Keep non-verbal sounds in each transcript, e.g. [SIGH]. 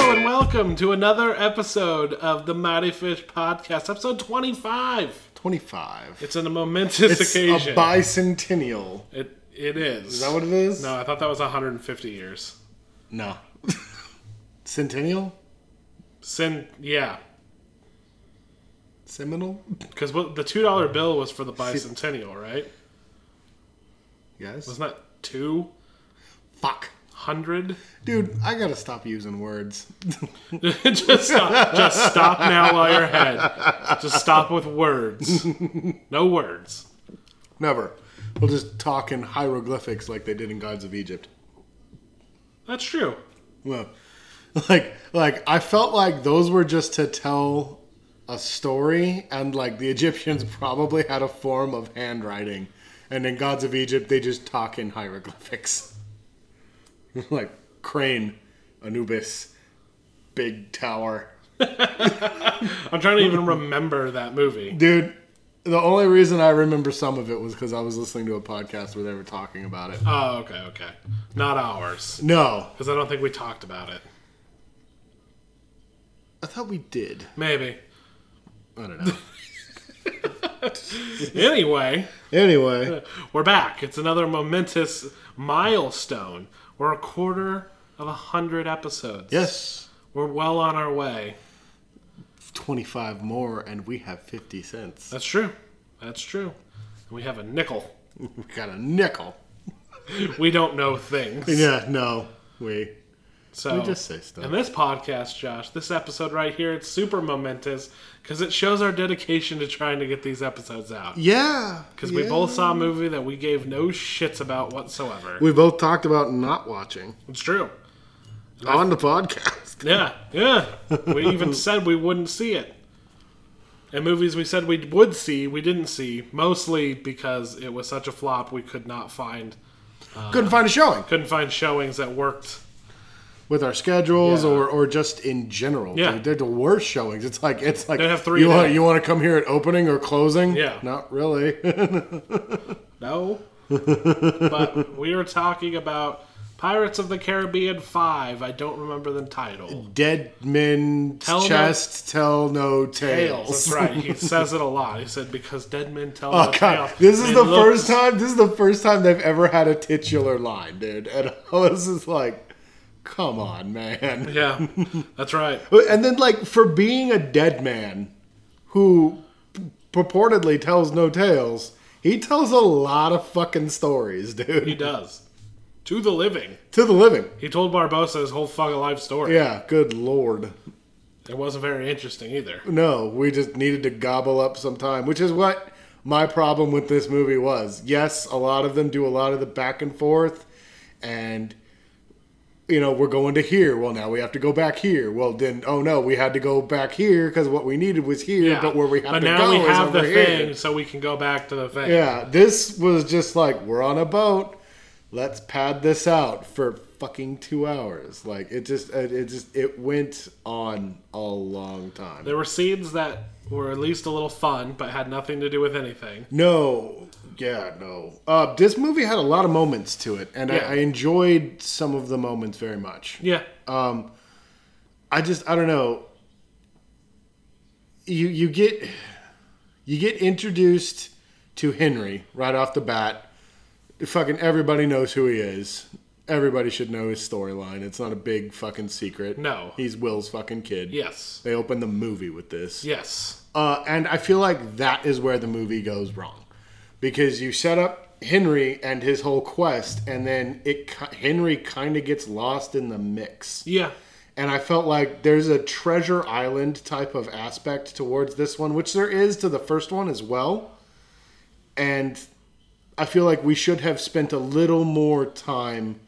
welcome to another episode of the Mighty Fish Podcast, episode 25. 25. It's an momentous It's occasion. a bicentennial. it, it is. Is that what it is? No, I thought that was 150 years. No. [LAUGHS] Centennial? Sin, yeah. Seminal? Because the $2 bill was for the bicentennial, right? Yes. Wasn't that 200? Fuck. Dude, I gotta stop using words. [LAUGHS] just stop. Just stop now while you're ahead. Just stop with words. No words. Never. We'll just talk in hieroglyphics like they did in Gods of Egypt. That's true. Well, [LAUGHS] like, like I felt like those were just to tell a story, and like the [LAUGHS] Egyptians probably had a form of handwriting, and in Gods of Egypt they just talk in hieroglyphics, [LAUGHS] like crane, Anubis, big tower. I'm trying to even remember that movie. Dude, the only reason I remember some of it was because I was listening to a podcast where they were talking about it. Oh, okay, okay. Not ours. No, Because I don't think we talked about it. I thought we did. Maybe. [LAUGHS] I don't know. Anyway, anyway, we're back. It's another momentous milestone. We're a quarter of a hundred episodes. yes, We're well on our way. twenty-five more, and we have fifty cents. [LAUGHS] That's true. That's true. We have a nickel. We got a nickel. We don't know things. Yeah, no, we. So We just say stuff. And this podcast, Josh, this episode right here, it's super momentous because it shows our dedication to trying to get these episodes out. Yeah, Because we both saw a movie that we gave no shits about whatsoever. we both talked about not watching It's true. on the podcast. Yeah, yeah. [LAUGHS] We even said we wouldn't see it. And movies we said we would see, we didn't see, mostly because it was such a flop we could not find, Uh. Couldn't find a showing couldn't find showings that worked. with our schedules, Yeah. or or just in general. Yeah. Dude, they're the worst showings. It's like it's like They have three You a want day. you want to come here at opening or closing? Yeah. not really. [LAUGHS] No. but we were talking about Pirates of the Caribbean 5. I don't remember the title. Dead men's Tell no- chest tell no Tales. tales. That's right. He says it a lot. He said, because dead men tell Oh no god, tales." this is It the looks- first time. This is the first time they've ever had a titular line, dude. And [LAUGHS] I was just like, "Come on, man!" [LAUGHS] Yeah, that's right. And then, like, for being a dead man who purportedly tells no tales, he tells a lot of fucking stories, He dude. does. To the living. To the living. He told Barbosa his whole fucking life story. Yeah, good lord. It wasn't very interesting either. No, we just needed to gobble up some time, which is what my problem with this movie was. Yes, a lot of them do a lot of the back and forth, and you know we're going to here. Well, now we have to go back here. Well, then oh no, we had to go back here because what we needed was here, Yeah. but where we have But to now go we is have the over here. thing, so we can go back to the thing. Yeah, this was just like we're on a boat. Let's pad this out for fucking two hours. Like it just, it, it just, it went on a long time. There were scenes that were at least a little fun, but had nothing to do with anything. No. Yeah, no. Uh, this movie had a lot of moments to it, and Yeah. I, I enjoyed some of the moments very much. Um, Yeah, I just, I don't know. You you get you get introduced to Henry right off the bat. Fucking everybody knows who he is. Everybody should know his storyline. It's not a big fucking secret. No. he's Will's fucking kid. yes, They open the movie with this. yes. Uh, and I feel like that is where the movie goes wrong because you set up Henry and his whole quest, and then it ki- Henry kind of gets lost in the mix. Yeah, And I felt like there's a treasure island type of aspect towards this one, which there is to the first one as well. And I feel like we should have spent a little more time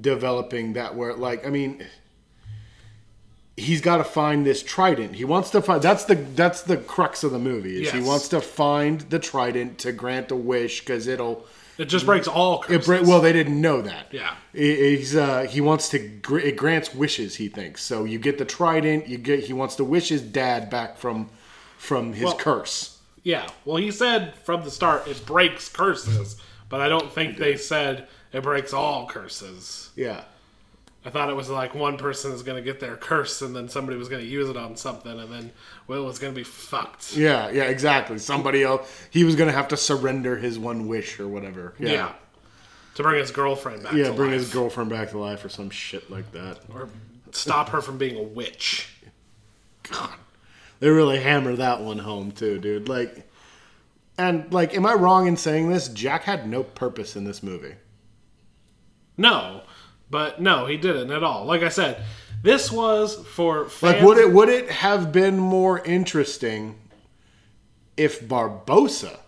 developing that. Where, like, I mean, he's got to find this trident. He wants to find. That's the that's the crux of the movie. Is he Yes. wants to find the trident to grant a wish because it'll it just breaks all it curses. bra- well, they didn't know that. Yeah. He- he's uh, he wants to gr- it grants wishes. He thinks so. You get the trident. You get he wants to wish his dad back from from his curse. yeah. Well, he said from the start it breaks curses, but I don't think they said it breaks all curses. Yeah, I thought it was like one person is going to get their curse and then somebody was going to use it on something and then Will was going to be fucked. Yeah, yeah, exactly. Somebody else, he was going to have to surrender his one wish or whatever. Yeah. Yeah, To bring his girlfriend back. to bring life. his girlfriend back to life or some shit like that. Or stop her from being a witch. God. They really hammer that one home, too, dude. Like, and, like, am I wrong in saying this? Jack had no purpose in this movie. No, but no, he didn't at all. Like I said, this was for fans. Like, would it would it have been more interesting if Barbosa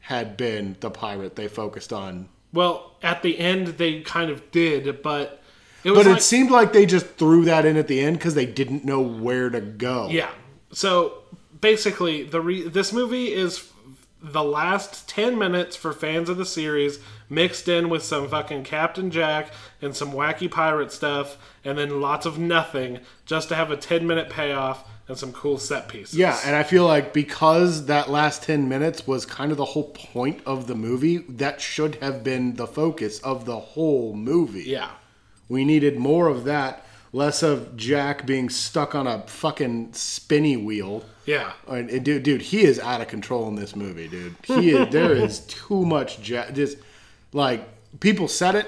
had been the pirate they focused on? Well, at the end they kind of did, but it was But like, it seemed like they just threw that in at the end because they didn't know where to go. yeah. So basically, the re- this movie is f- the last ten minutes for fans of the series, mixed in with some fucking Captain Jack and some wacky pirate stuff, and then lots of nothing, just to have a ten minute payoff and some cool set pieces. Yeah, and I feel like because that last 10 minutes was kind of the whole point of the movie, that should have been the focus of the whole movie. yeah. We needed more of that, less of Jack being stuck on a fucking spinny wheel. Yeah. And, and dude, dude, he is out of control in this movie, dude. [LAUGHS] He is. there is too much. Ja- just like people said it,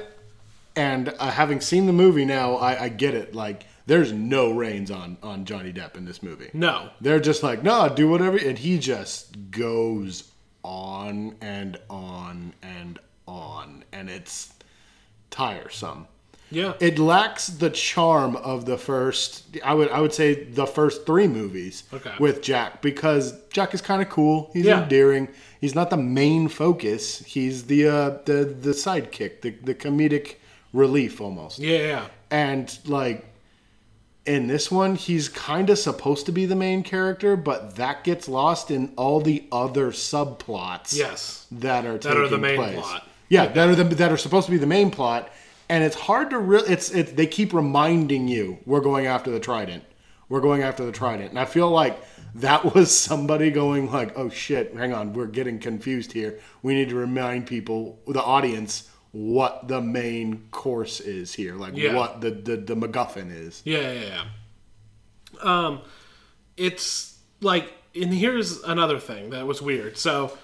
and uh, having seen the movie now, I, I get it. Like there's no reins on on Johnny Depp in this movie. No. They're just like, nah, do whatever, and he just goes on and on and on, and it's tiresome Yeah. it lacks the charm of the first I would I would say the first three movies Okay. with Jack because Jack is kind of cool. He's Yeah. endearing. He's not the main focus. He's the uh, the the sidekick, the the comedic relief almost. yeah. Yeah. And like in this one, he's kind of supposed to be the main character, but that gets lost in all the other subplots Yes. that are That are the taking main place. plot. Yeah, that are the, that are supposed to be the main plot, and it's hard to really. It's it. They keep reminding you we're going after the trident. We're going after the trident, and I feel like that [LAUGHS] was somebody going like, "Oh shit, hang on, we're getting confused here. We need to remind people, the audience, what the main course is here, like Yeah. what the, the the MacGuffin is." Yeah, yeah, yeah. Um, it's like, and here's another thing that was weird. So,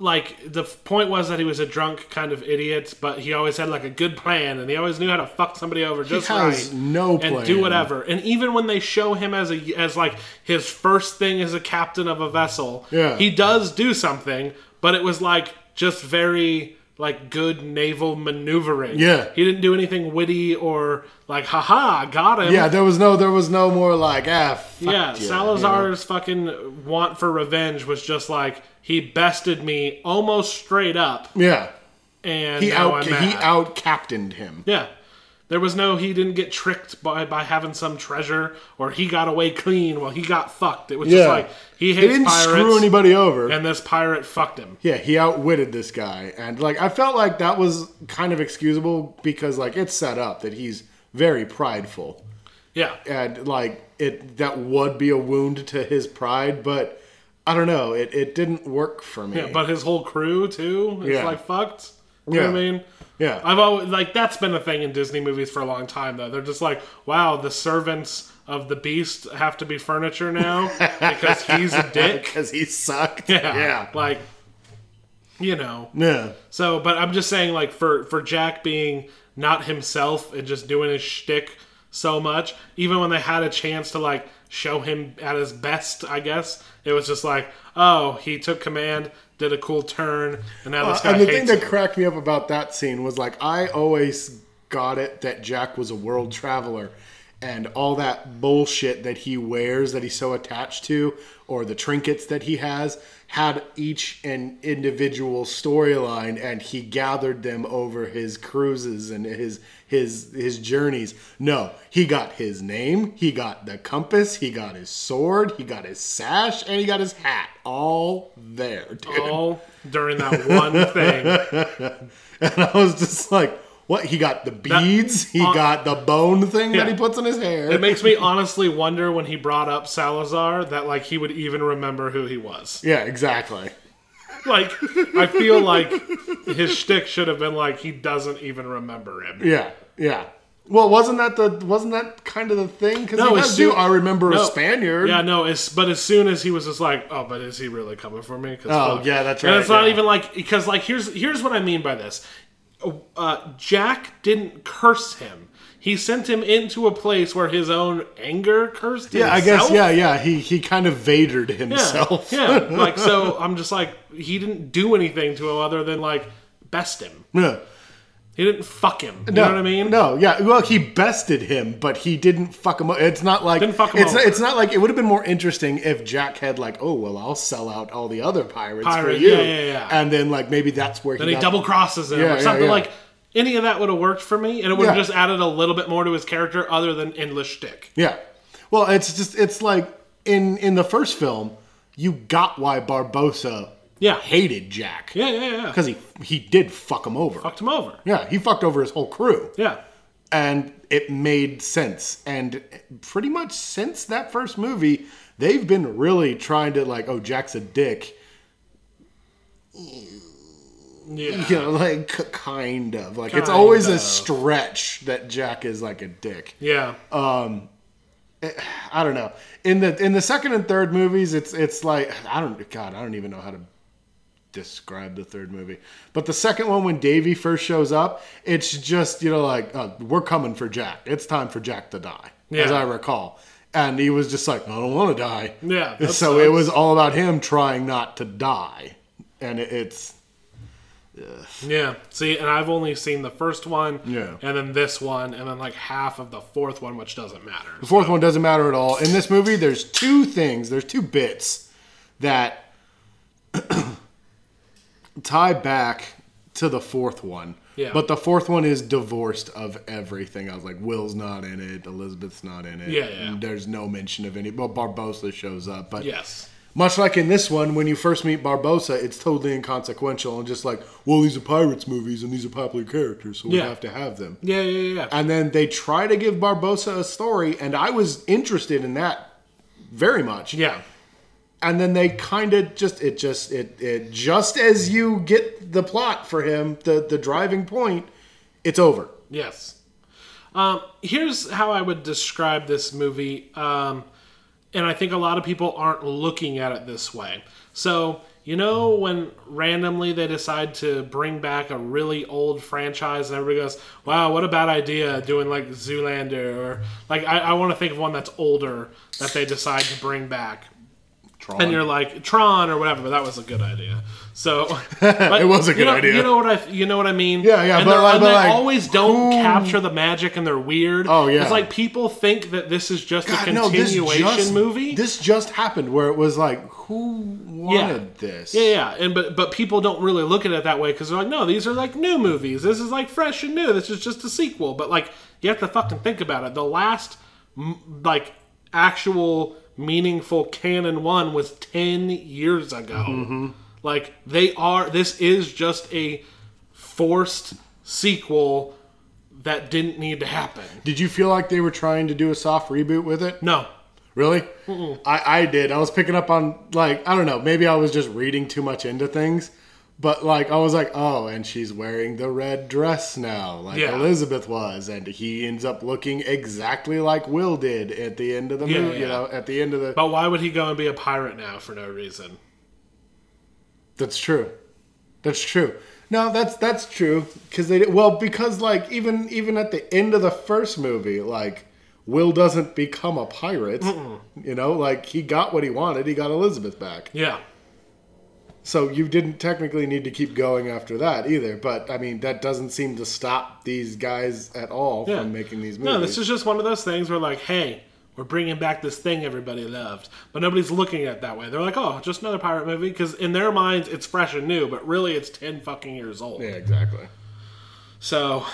like, the f- point was that he was a drunk kind of idiot, but he always had like a good plan, and he always knew how to fuck somebody over just has right, no and plan. do whatever. And even when they show him as a as like his first thing as a captain of a vessel, Yeah. he does do something, but it was like just very like good naval maneuvering. Yeah. He didn't do anything witty or like, haha, got him. Yeah, there was no there was no more like ah fuck Yeah, you," you know? Salazar's fucking want for revenge was just like, he bested me almost straight up, Yeah, and he now out I'm mad. he out captained him. yeah. There was no, he didn't get tricked by, by having some treasure, or he got away clean while he got fucked. It was Yeah. just like, he hates He didn't pirates, screw anybody over. and this pirate fucked him. yeah, he outwitted this guy, and like I felt like that was kind of excusable because like it's set up that he's very prideful, Yeah. and like it that would be a wound to his pride, but I don't know, it, it didn't work for me. Yeah, but his whole crew too is Yeah. like fucked. You know what I Yeah. mean? Yeah. [LAUGHS] I've always like that's been a thing in Disney movies for a long time though. They're just like, wow, the servants of the beast have to be furniture [LAUGHS] now because he's a dick. because he sucked. Yeah. yeah, Like you know. yeah, So but I'm just saying like for for Jack being not himself and just doing his shtick so much, even when they had a chance to like show him at his best, I guess, it was just like, oh, he took command, did a cool turn, and now this guy Uh, and the hates thing that him. cracked me up about that scene was like I always got it that Jack was a world traveler and all that bullshit that he wears that he's so attached to or the trinkets that he has had each an individual storyline and he gathered them over his cruises and his his his journeys no he got his name he got the compass he got his sword he got his sash and he got his hat all there dude. all during that one thing. [LAUGHS] And I was just like, what? He got the beads. he uh, got the bone thing that yeah. he puts in his hair. It makes me honestly wonder when he brought up Salazar that like he would even remember who he was. yeah, exactly. Like I feel like his shtick should have been like he doesn't even remember him. Yeah. Yeah. Well, wasn't that the wasn't that kind of the thing? Because No, you as guys do. soon- I remember no. a Spaniard. Yeah, no, it's but as soon as he was just like, oh, but is he really coming for me? 'Cause Oh, fuck." yeah, that's And right, it's not yeah. even like because like here's here's what I mean by this. Uh, Jack didn't curse him. He sent him into a place where his own anger cursed him. Yeah, I guess. Yeah, yeah. He he kind of Vadered himself. yeah. [LAUGHS] Like so, I'm just like he didn't do anything to him other than like best him. Yeah. He didn't fuck him. You No, know what I mean? No, yeah. Well, he bested him, but he didn't fuck him. o- It's not like Didn't fuck him it's over. it's not like it would have been more interesting if Jack had like, oh well, I'll sell out all the other pirates Pirate, for you, yeah, yeah, yeah. and then like maybe that's where Then he he, got- double crosses him Yeah, or yeah, something yeah. like. Any of that would have worked for me, and it would have Yeah. just added a little bit more to his character, other than endless shtick. Yeah. Well, it's just it's like in in the first film, you got why Barbosa Yeah. hated Jack Yeah, yeah, yeah. because he he did fuck him over. Fucked him over. Yeah, he fucked over his whole crew. Yeah. and it made sense. And pretty much since that first movie, they've been really trying to like, oh, Jack's a dick, [LAUGHS] Yeah. you know, like k- kind of like it's Kind always a of. stretch that Jack is like a dick. Yeah. Oh. I don't know. In the in the second and third movies, it's it's like I don't God, I don't even know how to describe the third movie. But the second one, when Davy first shows up, it's just you know like uh, we're coming for Jack. It's time for Jack to die, as Yeah. I recall. And he was just like, I don't want to die. Yeah, And that [LAUGHS] So it sucks. was all about him trying not to die, and it, it's yeah. See, and I've only seen the first one. Yeah. And then this one, and then like half of the fourth one, which doesn't matter. The fourth one doesn't matter at all. In this movie, there's two things, there's two bits that [CLEARS THROAT] tie back to the fourth one. Yeah. But the fourth one is divorced of everything. I was like, Will's not in it, Elizabeth's not in it. Yeah, yeah. And There's no mention of any. Well, Barbosa shows up, but Yes. much like in this one, when you first meet Barbosa, it's totally inconsequential and just like, well, these are pirates movies and these are popular characters, so we Yeah. have to have them. Yeah, yeah, yeah. yeah. And then they try to give Barbosa a story, and I was interested in that very much. yeah. And then they kind of just it just it it just as you get the plot for him, the the driving point, it's over. Yes. Um, here's how I would describe this movie, um, and I think a lot of people aren't looking at it this way. So, you know, when randomly they decide to bring back a really old franchise, and everybody goes, wow, what a bad idea doing like Zoolander, or like I, I want to think of one that's older that they decide to bring back. And you're like Tron or whatever, but that was a good idea. [LAUGHS] So It was a you good know, idea. You know what I? You know what I mean? Yeah, yeah, And, but they're- like- and but they like, always don't who- capture the magic, and they're weird. Oh, yeah. it's like people think that this is just a God, no, this continuation just- movie. This just happened where it was like, who wanted this? yeah, yeah, and but but people don't really look at it that way because they're like, no, these are like new movies. This is like fresh and new. This is just a sequel. But like, you have to fucking think about it. The last m- like actual meaningful canon one was ten years ago. Like they are. This is just a forced sequel that didn't need to happen. Did you feel like they were trying to do a soft reboot with it? No. Really? I, I did. I was picking up on, like, I don't know, maybe I was just reading too much into things. But, like, I was like, oh, and she's wearing the red dress now, like Yeah. Elizabeth was. And he ends up looking exactly like Will did at the end of the Yeah, movie, you yeah. know, at the end of the. But why would he go and be a pirate now for no reason? That's true. That's true. No, that's that's true because they did, well because like even even at the end of the first movie, like Will doesn't become a pirate. You know, like he got what he wanted. He got Elizabeth back. Yeah. So you didn't technically need to keep going after that either. But I mean, that doesn't seem to stop these guys at all Yeah. from making these movies. No, this is just one of those things where, like, hey, we're bringing back this thing everybody loved, but nobody's looking at it that way. They're like, oh, just another pirate movie, because in their minds it's fresh and new, but really it's ten fucking years old. yeah, exactly. So,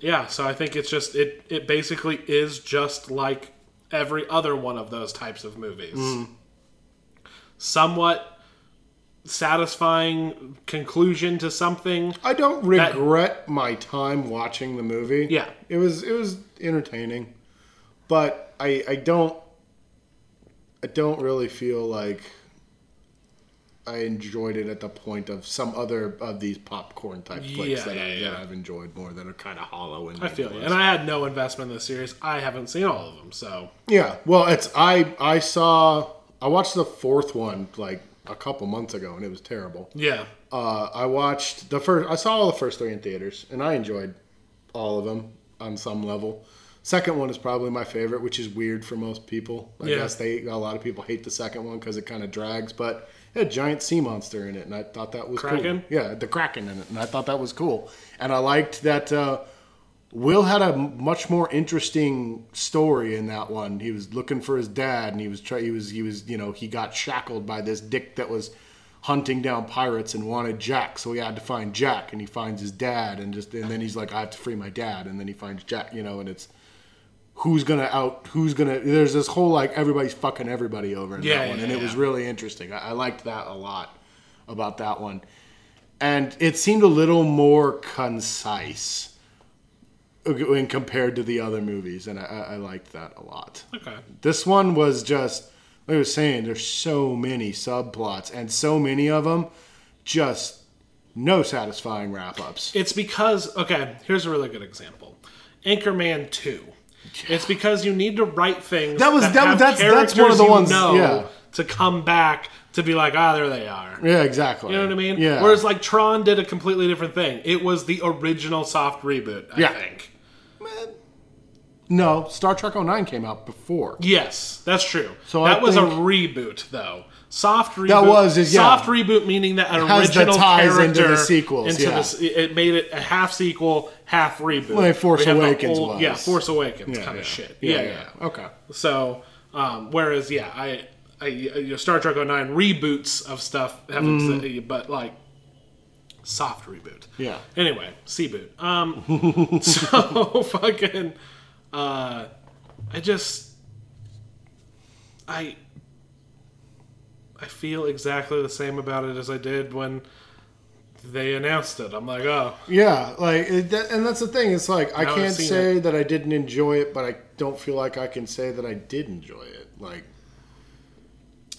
yeah, so I think it's just it. It basically is just like every other one of those types of movies. Somewhat satisfying conclusion to something. I don't regret my time watching the movie. Yeah. It was it was entertaining. But I I don't I don't really feel like I enjoyed it at the point of some other of these popcorn type flicks Yeah, that, I, yeah, yeah. that I've enjoyed more that are kind of hollow and I feel you. And I had no investment in this series. I haven't seen all of them, so Yeah, well, it's I I saw I watched the fourth one like a couple months ago and it was terrible. yeah. Uh, I watched the first I saw all the first three in theaters and I enjoyed all of them on some level. Second one is probably my favorite, which is weird for most people. I Yeah. guess they a lot of people hate the second one because it kind of drags, but it had a giant sea monster in it, and I thought that was Kraken? cool. Yeah, the kraken in it, and I thought that was cool. And I liked that. Uh, Will had a m- much more interesting story in that one. He was looking for his dad, and he was try- he was he was you know he got shackled by this dick that was hunting down pirates and wanted Jack, so he had to find Jack, and he finds his dad, and just and then he's like, I have to free my dad, and then he finds Jack, you know, and it's who's gonna out who's gonna there's this whole like everybody's fucking everybody over in Yeah, that one yeah, and it yeah. was really interesting I, I liked that a lot about that one and it seemed a little more concise when compared to the other movies and i, I I liked that a lot Okay. this one was just like i was saying there's so many subplots and so many of them just no satisfying wrap-ups It's because okay, here's a really good example. Anchorman 2. It's because you need to write things That was- that- have that's- that's one of the characters you ones- know yeah. to come back to be like, ah, there they are. yeah exactly You know what I mean? yeah Whereas like Tron did a completely different thing. It was the original soft reboot, I Yeah. think. no star trek 09 came out before Yes, that's true. So that I was think- a reboot though. Soft reboot. was, is- yeah. soft reboot meaning that an has the original ties into character the sequels, into yeah. this- it made it a half sequel, half reboot. Like Force We have the Awakens old- was. Yeah, Force Awakens kind yeah. of shit. Yeah, Yeah, yeah. yeah. Okay. So, um, whereas yeah, I, I uh, your Star Trek 09 reboots of stuff haven't, but like soft reboot. Yeah. Anyway, C boot. Um, so [LAUGHS] fucking, uh, I just, I, I feel exactly the same about it as I did when they announced it. I'm like, oh, Yeah, like it, that, and that's the thing. It's like I Now I've can't seen say that I didn't enjoy it, but I don't feel like I can say that I did enjoy it. Like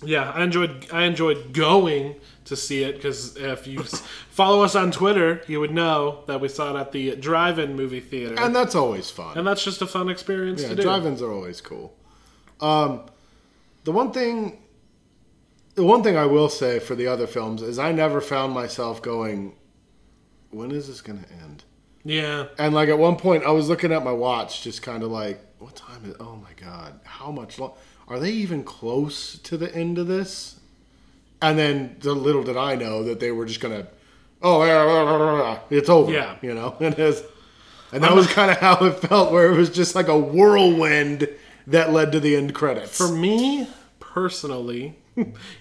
Yeah, I enjoyed I enjoyed going to see it because if you s- [LAUGHS] follow us on Twitter, you would know that we saw it at the drive-in movie theater, and, and that's always fun. that's just a fun experience yeah, to do. drive-ins are always cool. Um the one thing the one thing I will say for the other films is I never found myself going when is this going to end? Yeah, And like at one point, I was looking at my watch, just kind of like, what time is? Oh my god, how much long? Are they even close to the end of this? And then the little did I know that they were just gonna, oh, yeah, blah, blah, blah, blah, it's over. Yeah. you know, [LAUGHS] and it was, and that was kind of how it felt, where it was just like a whirlwind that led to the end credits. for me [LAUGHS] personally,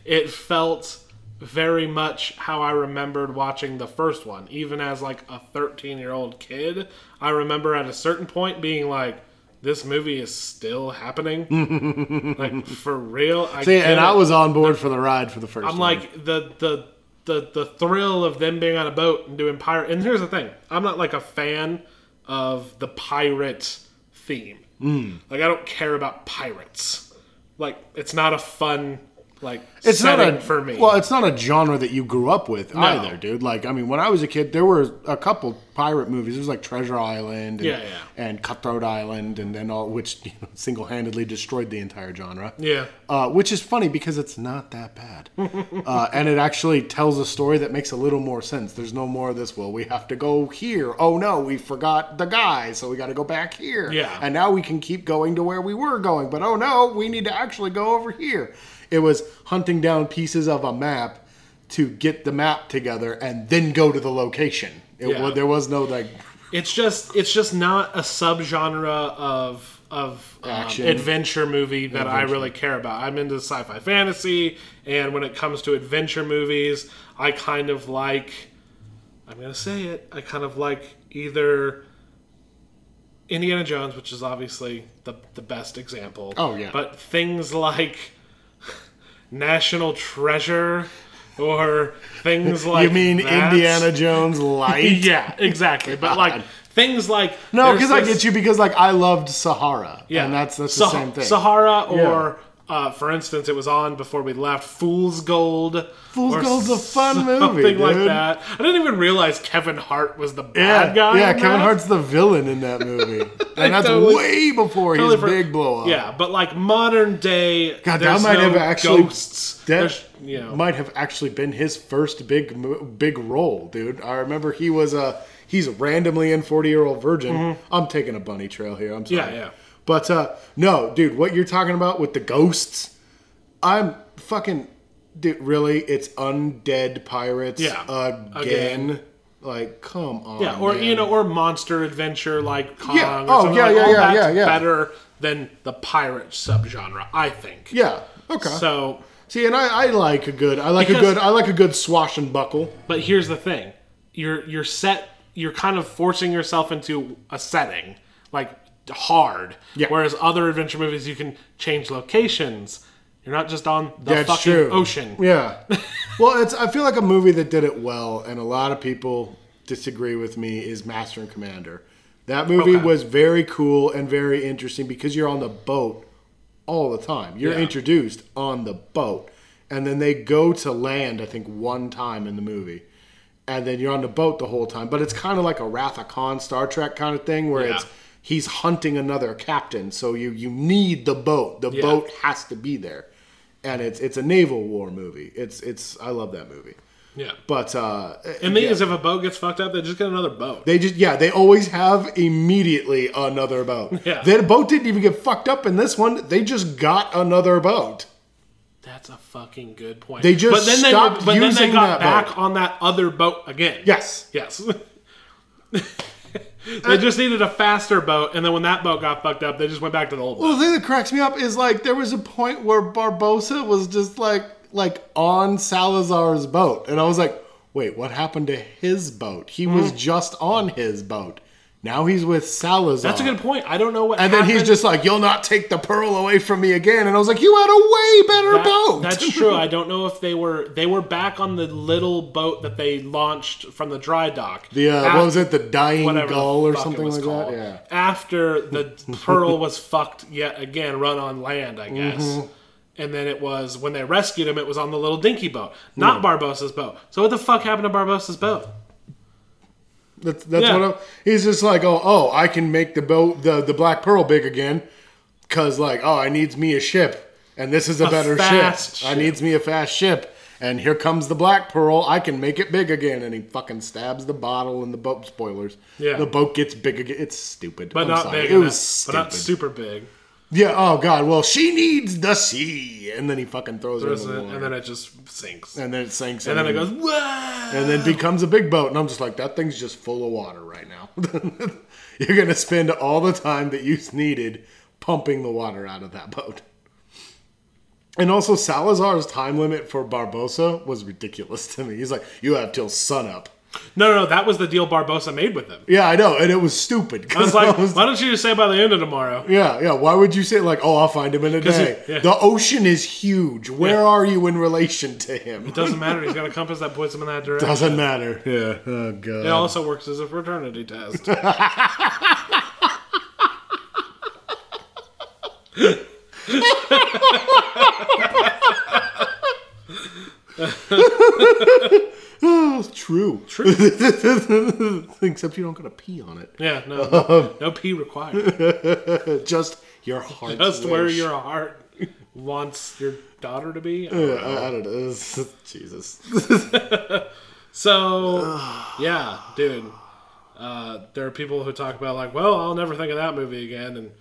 it felt very much how I remembered watching the first one. Even as like a 13-year-old kid, I remember at a certain point being like, "This movie is still happening." [LAUGHS] like for real. I See, and can't- I was on board for the ride for the first. I'm like the the the the thrill of them being on a boat and doing pirate. And here's the thing: I'm not like a fan of the pirate theme. Hmm. Mm. Like I don't care about pirates. Like it's not a fun like it's not setting a, for me. Well, it's not a genre that you grew up with either, dude. Like, I mean, when I was a kid, there were a couple pirate movies. There was like Treasure Island, and, Yeah, yeah. and Cutthroat Island, and then all which you know, single-handedly destroyed the entire genre. yeah, Uh, which is funny because it's not that bad, [LAUGHS] uh, and it actually tells a story that makes a little more sense. There's no more of this. Well, we have to go here. Oh no, we forgot the guy, so we got to go back here. Yeah. and now we can keep going to where we were going. But oh no, we need to actually go over here. It was hunting down pieces of a map to get the map together and then go to the location. It Yeah. was, there was no like it's just it's just not a subgenre of of um, Action. adventure movie that I really care about. I'm into sci-fi fantasy, and when it comes to adventure movies, I kind of like. I'm gonna say it. I kind of like either Indiana Jones, which is obviously the the best example. Oh, yeah. But things like [LAUGHS] National Treasure or things like you mean that. Indiana [LAUGHS] Jones light. Yeah, exactly. But like things like No, there's because I this- get you because like I loved Sahara, yeah, and that's that's the Sah- same thing. Sahara or Uh, for instance, it was on before we left. Fool's Gold. Fool's or Gold's a fun movie, something like dude. that. I didn't even realize Kevin Hart was the Yeah, bad guy. yeah. in Kevin that. Hart's the villain in [LAUGHS] that movie, and that's totally- way before Totally his for- big blow up. Yeah, but like modern day. God, that there's might no have actually- ghosts. That There's, you know, might have actually been his first big mo- big role, dude. I remember he was a he's randomly in Forty Year Old Virgin. I'm taking a bunny trail here. I'm sorry. Mm-hmm. Yeah, yeah. But uh, no, dude, what you're talking about with the ghosts, I'm fucking, dude. Really, it's undead pirates Yeah. again. Again. Like, come on. yeah, or you man. know, or monster adventure like Kong. Yeah, Or oh, something yeah, like- yeah, all yeah, that's yeah, yeah. Better than the pirate subgenre, I think. yeah. Okay. So, See, and I, I like a good, I like a Because- good, I like a good swash and buckle. but here's the thing: you're you're set. You're kind of forcing yourself into a setting like hard. Yeah. Whereas other adventure movies, you can change locations. You're not just on the That's fucking true. ocean. [LAUGHS] Yeah. well, it's I feel like a movie that did it well, and a lot of people disagree with me is Master and Commander. That movie Okay. was very cool and very interesting because you're on the boat all the time. You're Yeah. introduced on the boat, and then they go to land. I think one time in the movie. And then you're on the boat the whole time, but it's kind of like a Wrath of Khan Star Trek kind of thing, where Yeah. it's he's hunting another captain, so you you need the boat. The Yeah. boat has to be there and it's it's a naval war movie. It's it's I love that movie. Yeah. But uh And the thing yeah, is, if a boat gets fucked up, they just get another boat. they just yeah, they always have immediately another boat. [LAUGHS] Yeah. Their boat didn't even get fucked up in this one. They just got another boat. That's a fucking good point. They just stopped but then using they got that back boat. on that other boat again. Yes. Yes. [LAUGHS] they just needed a faster boat, and then when that boat got fucked up, they just went back to the old boat. Well, the thing that cracks me up is like there was a point where Barbosa was just like like on Salazar's boat, and I was like, wait, what happened to his boat? He was Hmm. just on his boat. Now he's with Salazar. That's a good point. I don't know what And then he's just like, "You'll not take the pearl away from me again." And I was like, "You had a way better boat." [LAUGHS] That's true. I don't know if they were they were back on the little boat that they launched from the dry dock. the uh, After- what was it, the dying whatever the gull or fuck it something was like called. that? Yeah. After the [LAUGHS] pearl was fucked yet again, run on land, I guess. Mm-hmm. And then it was when they rescued him, it was on the little dinky boat, Hmm. not Barbosa's boat. So what the fuck happened to Barbosa's boat? That's that's Yeah. what I'm, he's just like, "Oh, oh, I can make the boat, the the black pearl, big again," because like, "Oh, I needs me a ship, and this is a, better ship. fast I ship. needs me a fast ship." And here comes the black pearl. I can make it big again. And he fucking stabs the bottle and the boat. Spoilers. Yeah. The boat gets big again. It's stupid. But I'm not sorry. big. It enough, but was stupid. not super big. Yeah. Oh God. Well, she needs the sea, and then he fucking throws her in the water, And then it just sinks. and then it sinks, And then it goes, Whoa! and then becomes a big boat. And I'm just like, that thing's just full of water right now. [LAUGHS] You're gonna spend all the time that you needed pumping the water out of that boat. And also, Salazar's time limit for Barbosa was ridiculous to me. He's like, "You have till sunup." No, no, no, that was the deal Barbosa made with them. Yeah, I know, and it was stupid. I was [LAUGHS] like, why don't you just say by the end of tomorrow? Yeah, yeah. Why would you say like, "Oh, I'll find him in a day"? he- yeah. The ocean is huge. Where Yeah. are you in relation to him? Doesn't matter. He's got a compass that points him in that direction. Doesn't matter. Yeah. Oh god. It also works as a fraternity [LAUGHS] test. That's true. True. Except you don't gotta pee on it. Yeah, no, Um, no, no pee required. Just your heart. Just where your heart wants your daughter to be. I, I don't know. It's- [LAUGHS] [LAUGHS] Jesus. [SIGHS] So, yeah, dude. Uh, there are people who talk about like, well, I'll never think of that movie again, and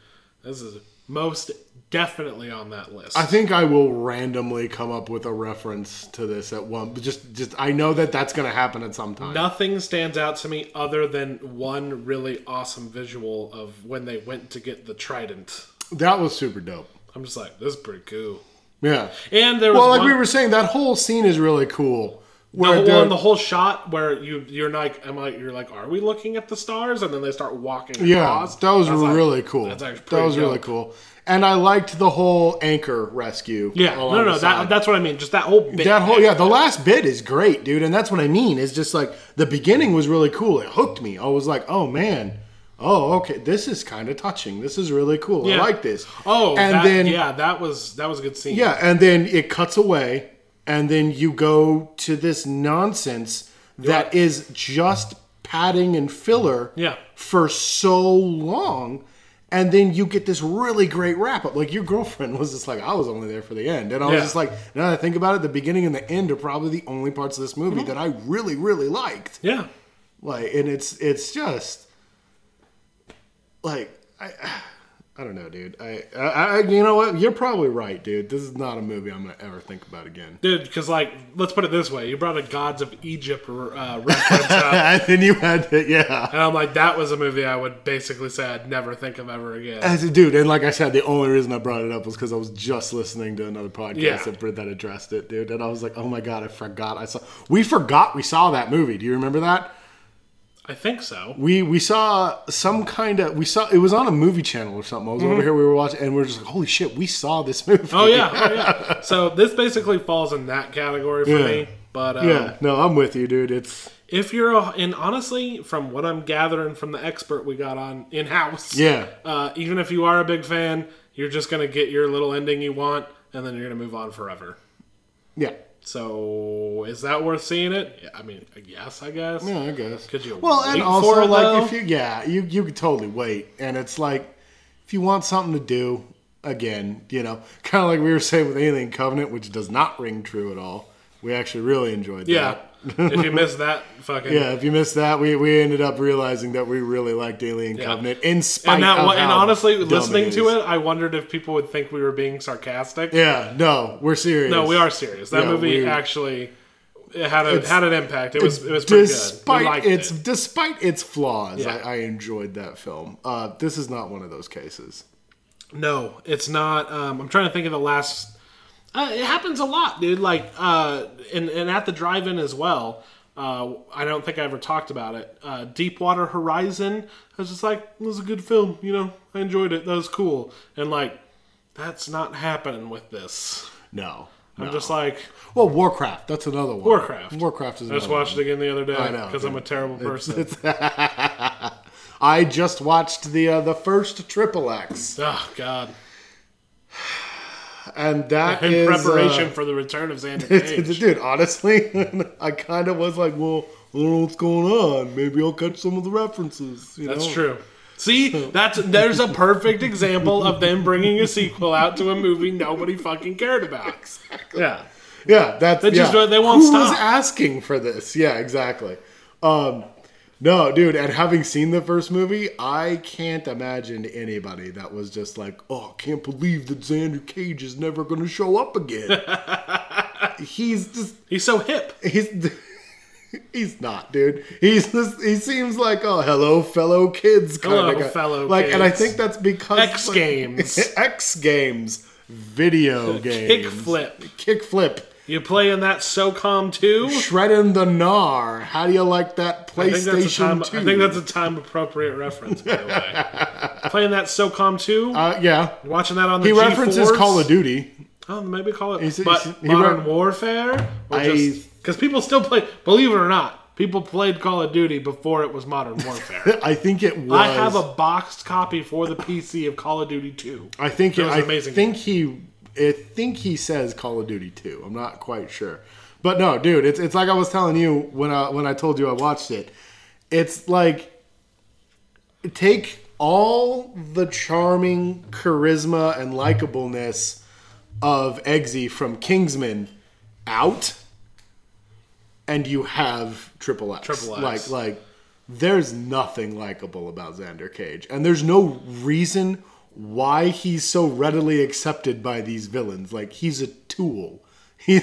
this is most definitely on that list. I think I will randomly come up with a reference to this at one. But just, just I know that that's gonna happen at some time. Nothing stands out to me other than one really awesome visual of when they went to get the trident. That was super dope. I'm just like, this is pretty cool. Yeah. And there was Well, like one- we were saying, that whole scene is really cool. Where the whole, they're- well, and the whole shot where you you're like am I you're like are we looking at the stars and then they start walking Yeah, across. that was, I like, really cool. that's actually that pretty was really dope. cool. And I liked the whole anchor rescue. yeah along no no that, the side. that's what I mean just that whole bit That whole yeah, the last bit is great, dude, and that's what I mean. Is just like the beginning was really cool. It hooked me. I was like, oh man, oh, okay, this is kind of touching. This is really cool. I Yeah. like this. Oh, and that- then yeah, that was that was a good scene. Yeah, and then it cuts away, and then you go to this nonsense that is just padding and filler Yeah. for so long, and then you get this really great wrap up. Like your girlfriend was just like, I was only there for the end, and I was Yeah. just like, now that I think about it, the beginning and the end are probably the only parts of this movie Mm-hmm. that I really, really liked. Yeah. Like, and it's it's just like I. I don't know, dude. I, I, I, you know what? You're probably right, dude. This is not a movie I'm gonna ever think about again. Dude, because like, let's put it this way: you brought a Gods of Egypt uh, reference [LAUGHS] up, [LAUGHS] and then you had to, yeah, and I'm like, that was a movie I would basically say I'd never think of ever again. As a dude. And like I said, the only reason I brought it up was because I was just listening to another podcast Yeah. that that addressed it, dude. And I was like, oh my god, I forgot. I saw. We forgot we saw that movie. Do you remember that? I think so. we we saw some kind of we saw it was on a movie channel or something. I was over here, we were watching, and we are just like, holy shit, we saw this [LAUGHS] movie. Oh yeah, oh yeah. So this basically falls in that category for Yeah. me. But um, yeah. No, I'm with you, dude. It's if you're a, and honestly, from what I'm gathering from the expert we got on in house, yeah, Uh, even if you are a big fan, you're just gonna get your little ending you want, and then you're gonna move on forever. yeah, So is that worth seeing it? Yeah, I mean, yes, I guess. yeah. I guess. Could you well, and wait also for it, like though? if you yeah, you you could totally wait, and it's like if you want something to do again, you know, [LAUGHS] kind of like we were saying with Alien Covenant, which does not ring true at all. We actually really enjoyed Yeah. that. if you miss that, fucking [LAUGHS] Yeah, if you missed that, we, we ended up realizing that we really liked Alien Covenant in spite And that of one, and how honestly, dumb listening is. to it, I wondered if people would think we were being sarcastic. Yeah, no, we're serious. No, we are serious. That Yeah, movie we- actually it had a, It's- had an impact. It was it was pretty good. We Despite liked its it. despite its flaws, Yeah. I, I enjoyed that film. Uh, this is not one of those cases. No, it's not. Um, I'm trying to think of the last. Uh, it happens a lot, dude. Like, uh, and and at the drive-in as well. Uh, I don't think I ever talked about it. Uh, Deepwater Horizon. I was just like, it was a good film. You know, I enjoyed it. That was cool. And like, that's not happening with this. No, I'm no. just like, well, Warcraft. That's another one. Warcraft. Warcraft is. I just another watched it again the other day know, because I'm a dude. terrible person. one. I just watched the uh, the first Triple X, [LAUGHS] oh God! and that In is, uh, preparation for the return of Xander [LAUGHS] It's- Cage. dude, honestly, [LAUGHS] I kind of was like, well, I don't know what's going on. Maybe I'll catch some of the references. You That's know? true. See, that's there's a perfect example of them bringing a sequel out to a movie nobody fucking cared about. Yeah. Yeah, that's They just yeah. don't- they won't Who was stop. asking for this? Yeah, exactly. Um, no, dude, and having seen the first movie, I can't imagine anybody that was just like, "Oh, I can't believe that Xander Cage is never going to show [LAUGHS] up again." he's just He's so hip. he's [LAUGHS] he's not, dude. He's just, he seems like, "Oh, hello, fellow kids," kind Hello, of guy. fellow like, and I kids. think that's because X like- Games. [LAUGHS] X Games, [LAUGHS] video games, Kickflip. kick flip. You playing that SOCOM 2? Shredding the Gnar. How do you like that I think, that's a PlayStation time, 2? I think that's a time appropriate reference, by the way. [LAUGHS] playing that SOCOM 2? uh, yeah. watching that on the He references G4s? Call of Duty. Oh, maybe call it He's- but he's- he Modern re- Warfare? Or I- Because people still play, believe it or not, people played Call of Duty before it was Modern Warfare. I think it was. I have a boxed copy for the PC of Call of Duty 2. I think it, was I amazing. think he. I think he says Call of Duty 2. I'm not quite sure, but no, dude, it's it's like I was telling you when I when I told you I watched it. It's like take all the charming charisma and likableness of Eggsy from Kingsman out, and you have Triple X. Triple X. Like like there's nothing likable about Xander Cage, and there's no reason why he's so readily accepted by these villains. Like he's a tool. [LAUGHS] He,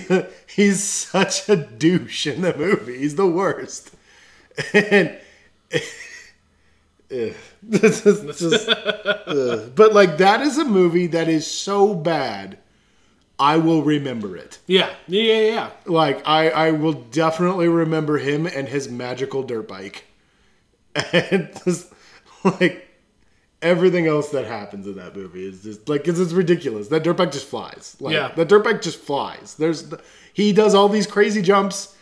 he's such a douche in the movie. He's the worst. And [LAUGHS] Ugh. This is- this is- ugh. eh. but like that is a movie that is so bad, I will remember it. Yeah, yeah, yeah, yeah. Like I, I will definitely remember him and his magical dirt bike, [LAUGHS] and just like everything else that happens in that movie is just like 'cause it's ridiculous. That dirt bike just flies. Like, Yeah. that dirt bike just flies. There's he does all these crazy jumps,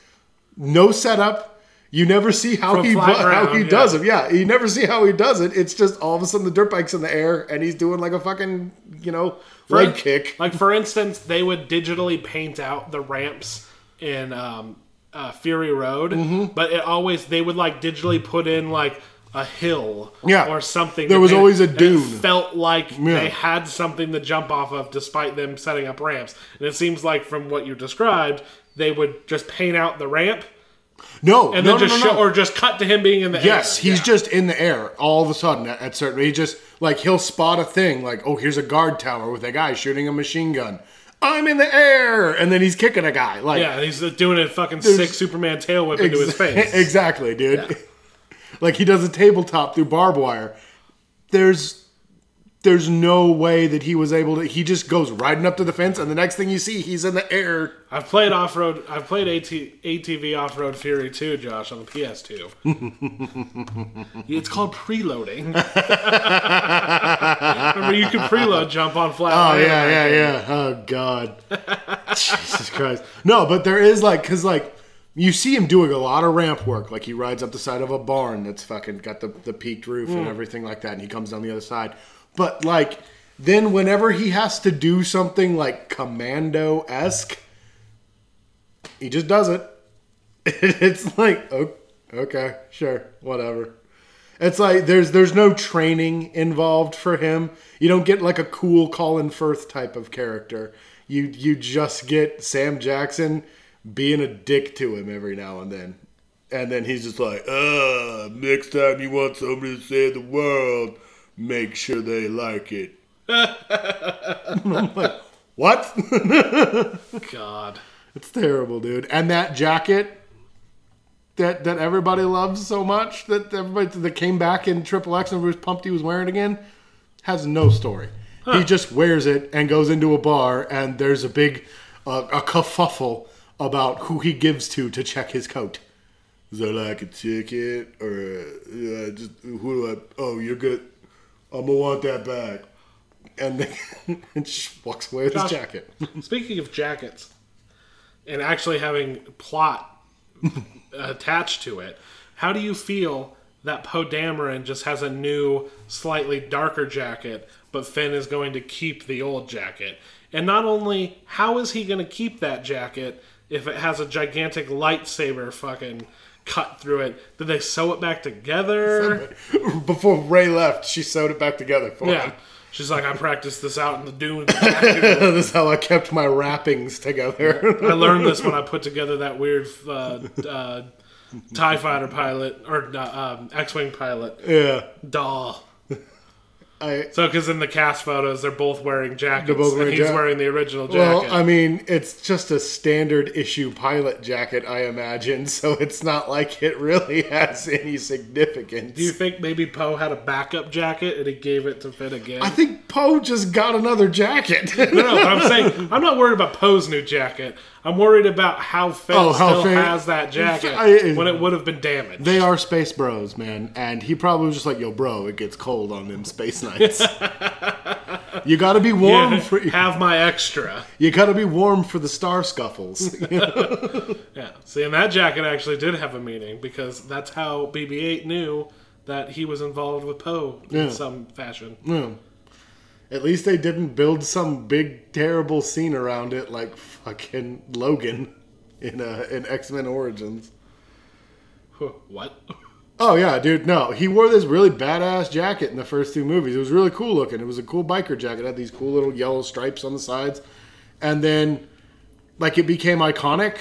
no setup. You never see how From he bu- flat how ground, he yeah. does it. Yeah, you never see how he does it. It's just all of a sudden the dirt bike's in the air and he's doing like a fucking you know leg Right. kick. Like for instance, they would digitally paint out the ramps in um, uh, Fury Road, Mm-hmm. but it always they would like digitally put in like a hill Yeah. or something. There to was paint- always a and it dune. felt like Yeah. they had something to jump off of, despite them setting up ramps. And it seems like from what you described, they would just paint out the ramp No, and then no, no, just no, show, no. or just cut to him being in the air. Yes, he's Yeah. just in the air all of a sudden at, at certain. He just like he'll spot a thing like, oh, here's a guard tower with a guy shooting a machine gun. I'm in the air, and then he's kicking a guy. Like yeah, he's doing a fucking sick Superman tail whip into his Exa- [LAUGHS] face. exactly, dude. [LAUGHS] like he does a tabletop through barbed wire. There's there's no way that he was able to. He just goes riding up to the fence, and the next thing you see, he's in the air. I've played off road. I've played AT, ATV Off Road Fury 2, Josh, on the [LAUGHS] PS2. it's called preloading. [LAUGHS] Remember, you can preload jump on flat. Oh land. yeah, yeah, yeah. Oh god, [LAUGHS] Jesus Christ. No, but there is like, cause like you see him doing a lot of ramp work. Like he rides up the side of a barn that's fucking got the the peaked roof and everything like that, and he comes down the other side. But like then whenever he has to do something like commando esque, he just does it. [LAUGHS] It's like oh, okay, sure, whatever. It's like there's there's no training involved for him. You don't get like a cool Colin Firth type of character. You you just get Sam Jackson being a dick to him every now and then. And then he's just like, uh, next time you want somebody to save the world, make sure they like it. [LAUGHS] I'm like, what? [LAUGHS] God. It's terrible, dude. And that jacket that that everybody loves so much that everybody that came back in Triple X and was pumped he was wearing it again has no story. He just wears it and goes into a bar, and there's a big uh, a kerfuffle about who he gives to to check his coat. Is there like a ticket or uh, uh, just who do I? Oh, you're good. I'm gonna want that back. And then [LAUGHS] and just walks away with his Josh. jacket. [LAUGHS] Speaking of jackets and actually having plot attached to it, how do you feel that Poe Dameron just has a new, slightly darker jacket, but Finn is going to keep the old jacket? And not only how is he going to keep that jacket if it has a gigantic lightsaber fucking cut through it? Did they sew it back together? [LAUGHS] Before Ray left, she sewed it back together for Yeah. him. [LAUGHS] She's like, I practiced this out in the dunes. this is how I kept my wrappings together. I learned this when I put together that weird uh, uh, Tie Fighter pilot or uh, um, X-wing pilot [LAUGHS] yeah, doll. I. So, because in the cast photos, they're both wearing jackets, both and wearing he's jack- wearing the original Well, jacket. I mean, it's just a standard issue pilot jacket, I imagine. So it's not like it really [LAUGHS] has any significance. Do you think maybe Poe had a backup jacket and he gave it to Finn again? I think Poe just got another jacket. [LAUGHS] no, no, but I'm saying I'm not worried about Poe's new jacket. I'm worried about how Finn Oh, how still Finn- has that jacket I- when it would have been damaged. they are space bros, man, and he probably was just like, "Yo, bro, it gets cold on them space [LAUGHS] nights. you got to be [LAUGHS] warm [LAUGHS] Yeah, for have my extra. you got to be warm for the star scuffles." [LAUGHS] Yeah. See, and that jacket actually did have a meaning because that's how BB-8 knew that he was involved with Poe Yeah. in some fashion. At least they didn't build some big terrible scene around it like fucking Logan in uh, in X Men Origins. What? [LAUGHS] Oh yeah, dude. No, he wore this really badass jacket in the first two movies. It was really cool looking. It was a cool biker jacket. It had these cool little yellow stripes on the sides, and then like it became iconic,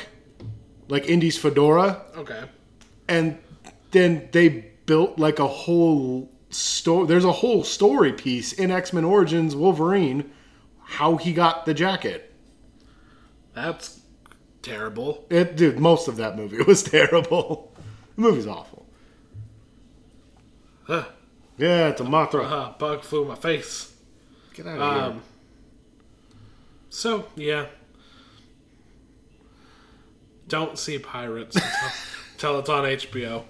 like Indy's fedora Okay. and then they built like a whole story. There's a whole story piece in X Men Origins Wolverine, how he got the jacket. That's terrible. It, dude, most of that movie [LAUGHS] was terrible. The movie's awful. Huh. Yeah, it's a Mothra. Uh, bug flew in my face. Get out of here. Um, so yeah. Don't see pirates until, until it's on HBO.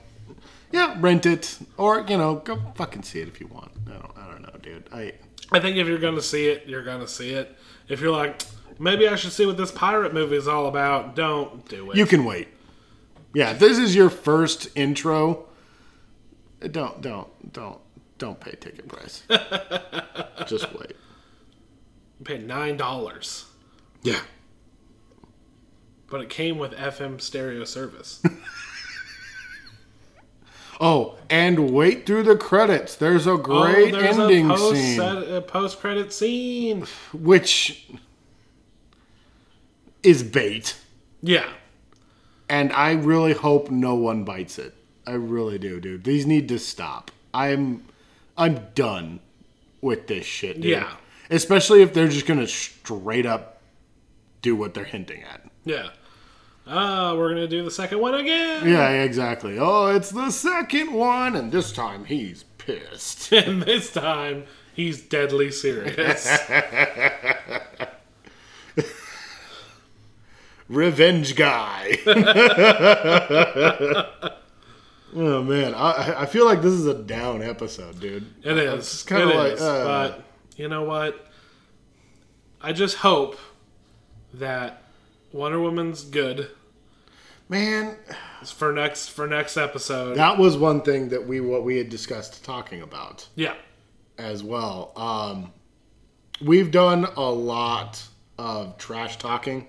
Yeah, rent it or you know go fucking see it if you want. I don't, I don't know, dude. I I think if you're gonna see it, you're gonna see it. If you're like, maybe I should see what this pirate movie is all about, don't do it. you can wait. Yeah, this is your first intro. Don't don't don't don't pay ticket price. Just wait. We paid nine dollars, Yeah. but it came with FM stereo service. Oh, and wait through the credits. There's a [LAUGHS] great Oh, there's a ending post scene, set- a post-credit scene. which is bait. Yeah, And I really hope no one bites it. I really do, dude. These need to stop. I'm I'm done with this shit, dude. Yeah. Especially if they're just gonna straight up do what they're hinting at. yeah. Uh, we're gonna do the second one again, Yeah, exactly. Oh, it's the second one, and this time he's [LAUGHS] pissed. and this time he's deadly [LAUGHS] serious. Revenge guy. [LAUGHS] oh man, I I feel like this is a down episode, dude. It is. It kinda like, is, uh, but you know what? I just hope that Wonder Woman's good Man, for next for next episode. that was one thing that we what we had discussed talking about yeah. as well. Um, we've done a lot of trash talking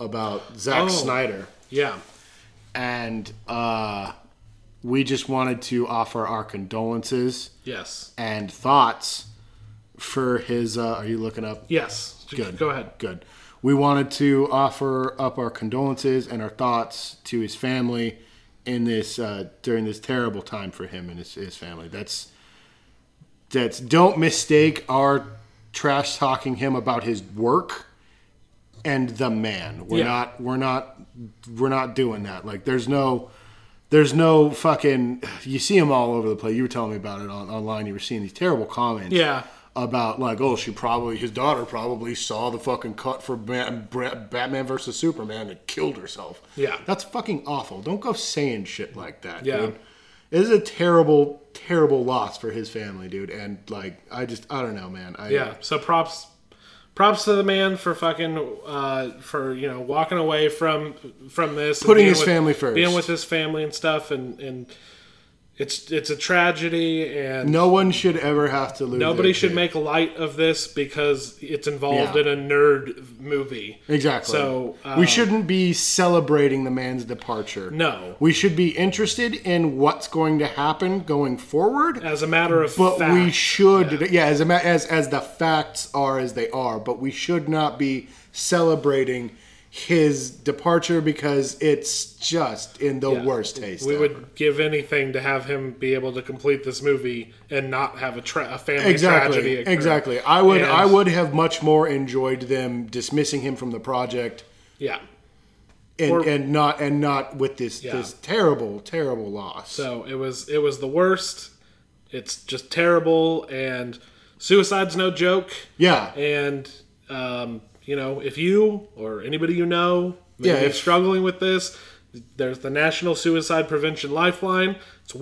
about Zack Oh. Snyder, Yeah. and uh, we just wanted to offer our condolences Yes. and thoughts for his. Uh, are you looking up? Yes. Good. Go ahead. Good. We wanted to offer up our condolences and our thoughts to his family in this uh, during this terrible time for him and his, his family. That's that's don't mistake our trash talking him about his work and the man. We're Yeah. not we're not we're not doing that. Like there's no there's no fucking you see him all over the place. You were telling me about it on, online. You were seeing these terrible comments Yeah. about like oh she probably his daughter probably saw the fucking cut for Bat- Bra- Batman versus Superman and killed herself. Yeah. that's fucking awful. Don't go saying shit like that. Yeah. dude. It is a terrible, terrible loss for his family, dude. And like I just I don't know, man. I, Yeah. So props props to the man for fucking uh for you know walking away from from this and Putting being his family first. Being with his family and stuff and and it's it's a tragedy and No one should ever have to lose. Nobody their should kid. make light of this because it's involved Yeah. in a nerd movie. exactly. So, we uh, shouldn't be celebrating the man's departure. No. we should be interested in what's going to happen going forward. As a matter of But fact, we should, yeah. as a ma- as as the facts are as they are, but we should not be celebrating his departure because it's just in the worst taste. we ever. would give anything to have him be able to complete this movie and not have a, tra- a family exactly, tragedy. Occur. exactly. I would, And- I would have much more enjoyed them dismissing him from the project Yeah. and, Or- and not and not with this Yeah. this terrible, terrible loss. So it was it was the worst. It's just terrible, and suicide's no joke. yeah, And um, you know, if you or anybody you know maybe Yeah, if- is struggling with this, there's the National Suicide Prevention Lifeline. It's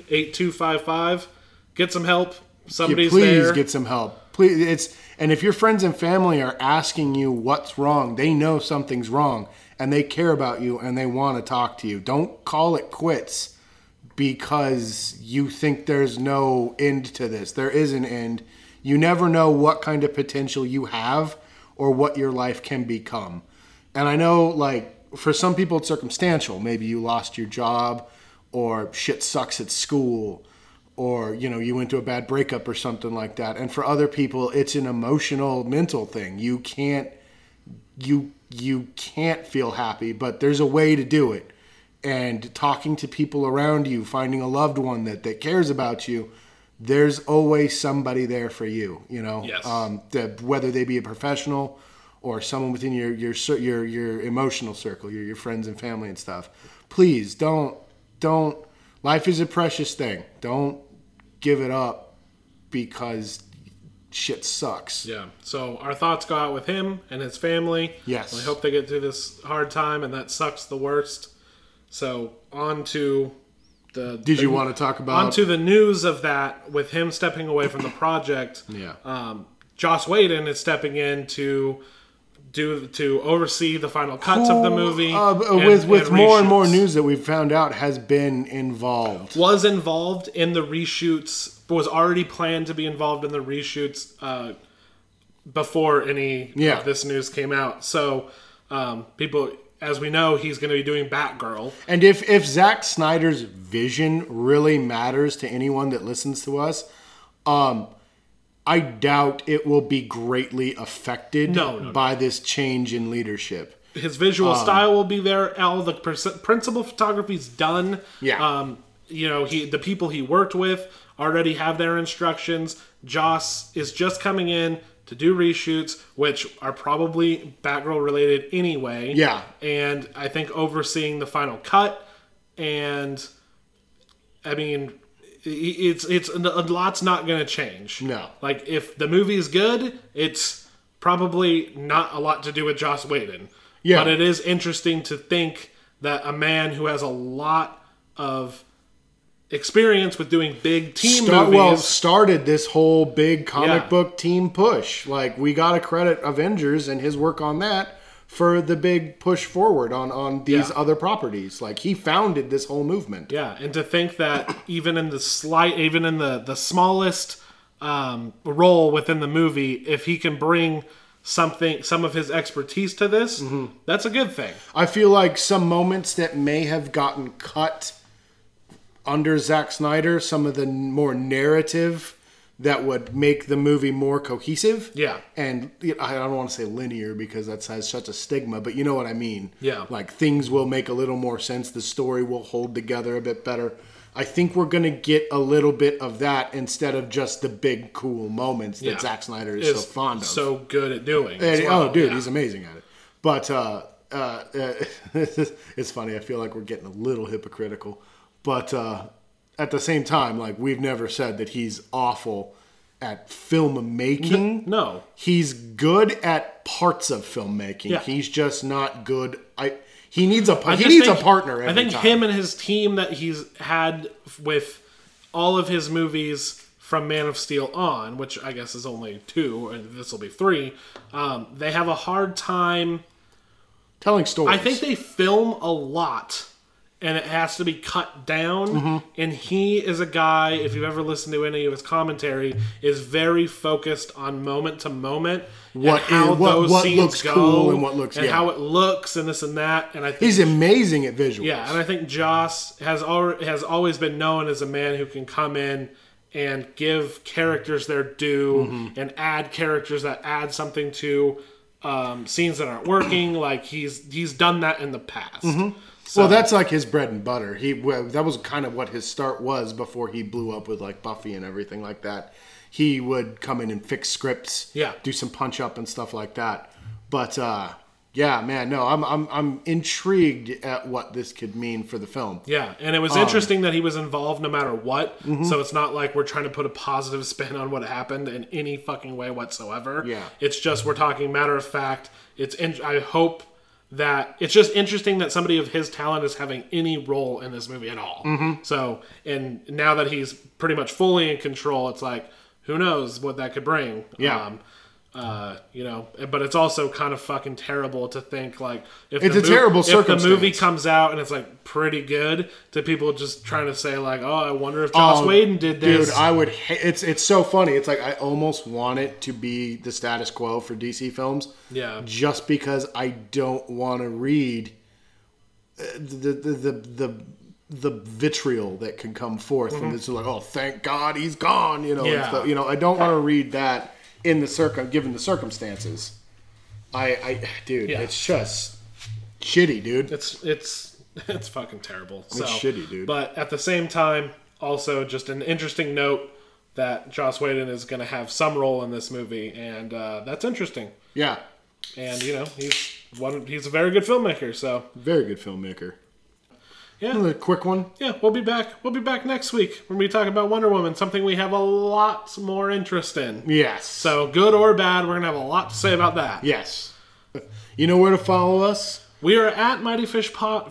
1-800-273-8255. Get some help. Yeah, Somebody's please there. get some help. Please, it's and if your friends and family are asking you what's wrong, they know something's wrong and they care about you and they want to talk to you. Don't call it quits because you think there's no end to this. There is an end. You never know what kind of potential you have or what your life can become. And I know, like, for some people, it's circumstantial. Maybe you lost your job, or shit sucks at school, or, you know, you went to a bad breakup or something like that. And for other people, it's an emotional, mental thing. You can't you you can't feel happy, but there's a way to do it. And talking to people around you, finding a loved one that that cares about you, there's always somebody there for you. You know, Yes. um, that whether they be a professional or someone within your your cir- your your emotional circle, your your friends and family and stuff. Please don't don't. Life is a precious thing. Don't give it up because shit sucks. yeah. So our thoughts go out with him and his family. Yes. We hope they get through this hard time, and that sucks the worst. So on to the. Did you want to talk about? onto the news of that with him [COUGHS] stepping away from the project? yeah. um, Joss Whedon is stepping in to do to oversee the final cuts of the movie. Uh, b- and- with with and more and more reshoots. news that we've found out has been involved. was involved in the reshoots, was already planned to be involved in the reshoots uh, before any Yeah. of this news came out. So um, people, as we know, he's going to be doing Batgirl. And if if Zack Snyder's vision really matters to anyone that listens to us, um, I doubt it will be greatly affected No, no, no. by this change in leadership. His Um, visual style will be there. All the pers- principal photography's done. Yeah. Um, you know, he the people he worked with already have their instructions. Joss is just coming in to do reshoots, which are probably Batgirl related anyway. Yeah. And I think overseeing the final cut, and I mean, i- it's it's a lot's not going to change. No. Like if the movie's good, it's probably not a lot to do with Joss Whedon. Yeah. But it is interesting to think that a man who has a lot of experience with doing big team Start, movies well, started this whole big comic Yeah. book team push. Like we got to credit Avengers and his work on that for the big push forward on on these Yeah. other properties. Like he founded this whole movement. Yeah, and to think that even in the slight, even in the the smallest um, role within the movie, if he can bring something, some of his expertise to this, Mm-hmm. that's a good thing. I feel like some moments that may have gotten cut under Zack Snyder, some of the n- more narrative that would make the movie more cohesive. Yeah. And you know, I don't want to say linear because that has such a stigma, but you know what I mean. Yeah. Like things will make a little more sense. The story will hold together a bit better. I think we're going to get a little bit of that instead of just the big cool moments that Yeah. Zack Snyder is, so Is fond of. so good at doing. as And- well. oh, dude, Yeah. he's amazing at it. But uh, uh, [LAUGHS] uh, it's funny. I feel like we're getting a little hypocritical, but uh, at the same time, like we've never said that he's awful at film making. no. he's good at parts of filmmaking. Yeah. He's just not good. I he needs a par- I he just needs think- a partner. Every I think time. him and his team that he's had f- with all of his movies from Man of Steel on, which I guess is only two, and this will be three. Um, they have a hard time. telling stories. I think they film a lot and it has to be cut down Mm-hmm. and he is a guy if you've ever listened to any of his commentary is very focused on moment to moment What and how is- what- those what scenes looks go cool and what looks- and yeah. how it looks and this and that and I think he's amazing at visuals. yeah, and I think Joss has al- has always been known as a man who can come in and give characters their due and add characters that add something to um, scenes that aren't working. like he's he's done that in the past. So Well, that's like his bread and butter. He well, that was kind of what his start was before he blew up with like Buffy and everything like that. He would come in and fix scripts, Yeah. do some punch up and stuff like that. But uh, yeah, man, no, I'm I'm I'm intrigued at what this could mean for the film. yeah, and it Um, was interesting that he was involved no matter what. Mm-hmm. So it's not like we're trying to put a positive spin on what happened in any fucking way whatsoever. Yeah. it's just we're talking matter of fact. It's in- I hope that it's just interesting that somebody of his talent is having any role in this movie at all. Mm-hmm. So and now that he's pretty much fully in control, it's like who knows what that could bring. Um, Yeah. uh, you know, but it's also kind of fucking terrible to think like if It's the a terrible if the movie circumstance. comes out and it's like pretty good to people just trying to say like, oh, I wonder if Joss Whedon did this. Dude, I would. Ha- it's it's so funny. It's like I almost want it to be the status quo for DC films. yeah, just because I don't want to read uh, the the the the, the vitriol that can come forth from this. Like, oh, thank God he's gone. You know, and Mhm. Yeah. stuff. you know, I don't want to read that in the circum given the circumstances. I, I dude, Yeah. it's just shitty, dude. it's it's [LAUGHS] it's fucking terrible. So, shitty, dude. But at the same time, also just an interesting note that Joss Whedon is going to have some role in this movie, and uh, that's interesting. Yeah, And you know, he's one he's a very good filmmaker. So very good filmmaker. Yeah. Another quick one. yeah, we'll be back. We'll be back next week when we talk about Wonder Woman, something we have a lot more interest in. Yes. So good or bad, we're gonna have a lot to say about that. yes, you know where to follow us. We are at Mighty Fish Pod,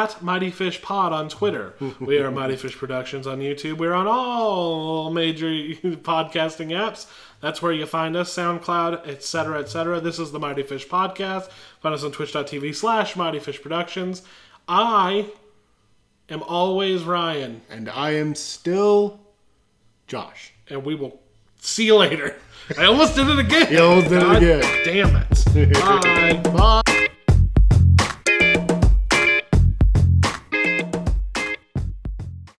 at Mighty Fish Pod on Twitter. We are Mighty Fish Productions on YouTube. We're on all major [LAUGHS] podcasting apps. That's where you find us, SoundCloud, etc., etc. This is the Mighty Fish Podcast. Find us on twitch.tv slash Mighty Fish Productions. I am always Ryan, And I am still Josh. [LAUGHS] and we will see you later. I almost did it again. You almost did it God again. Damn it. Bye. Bye.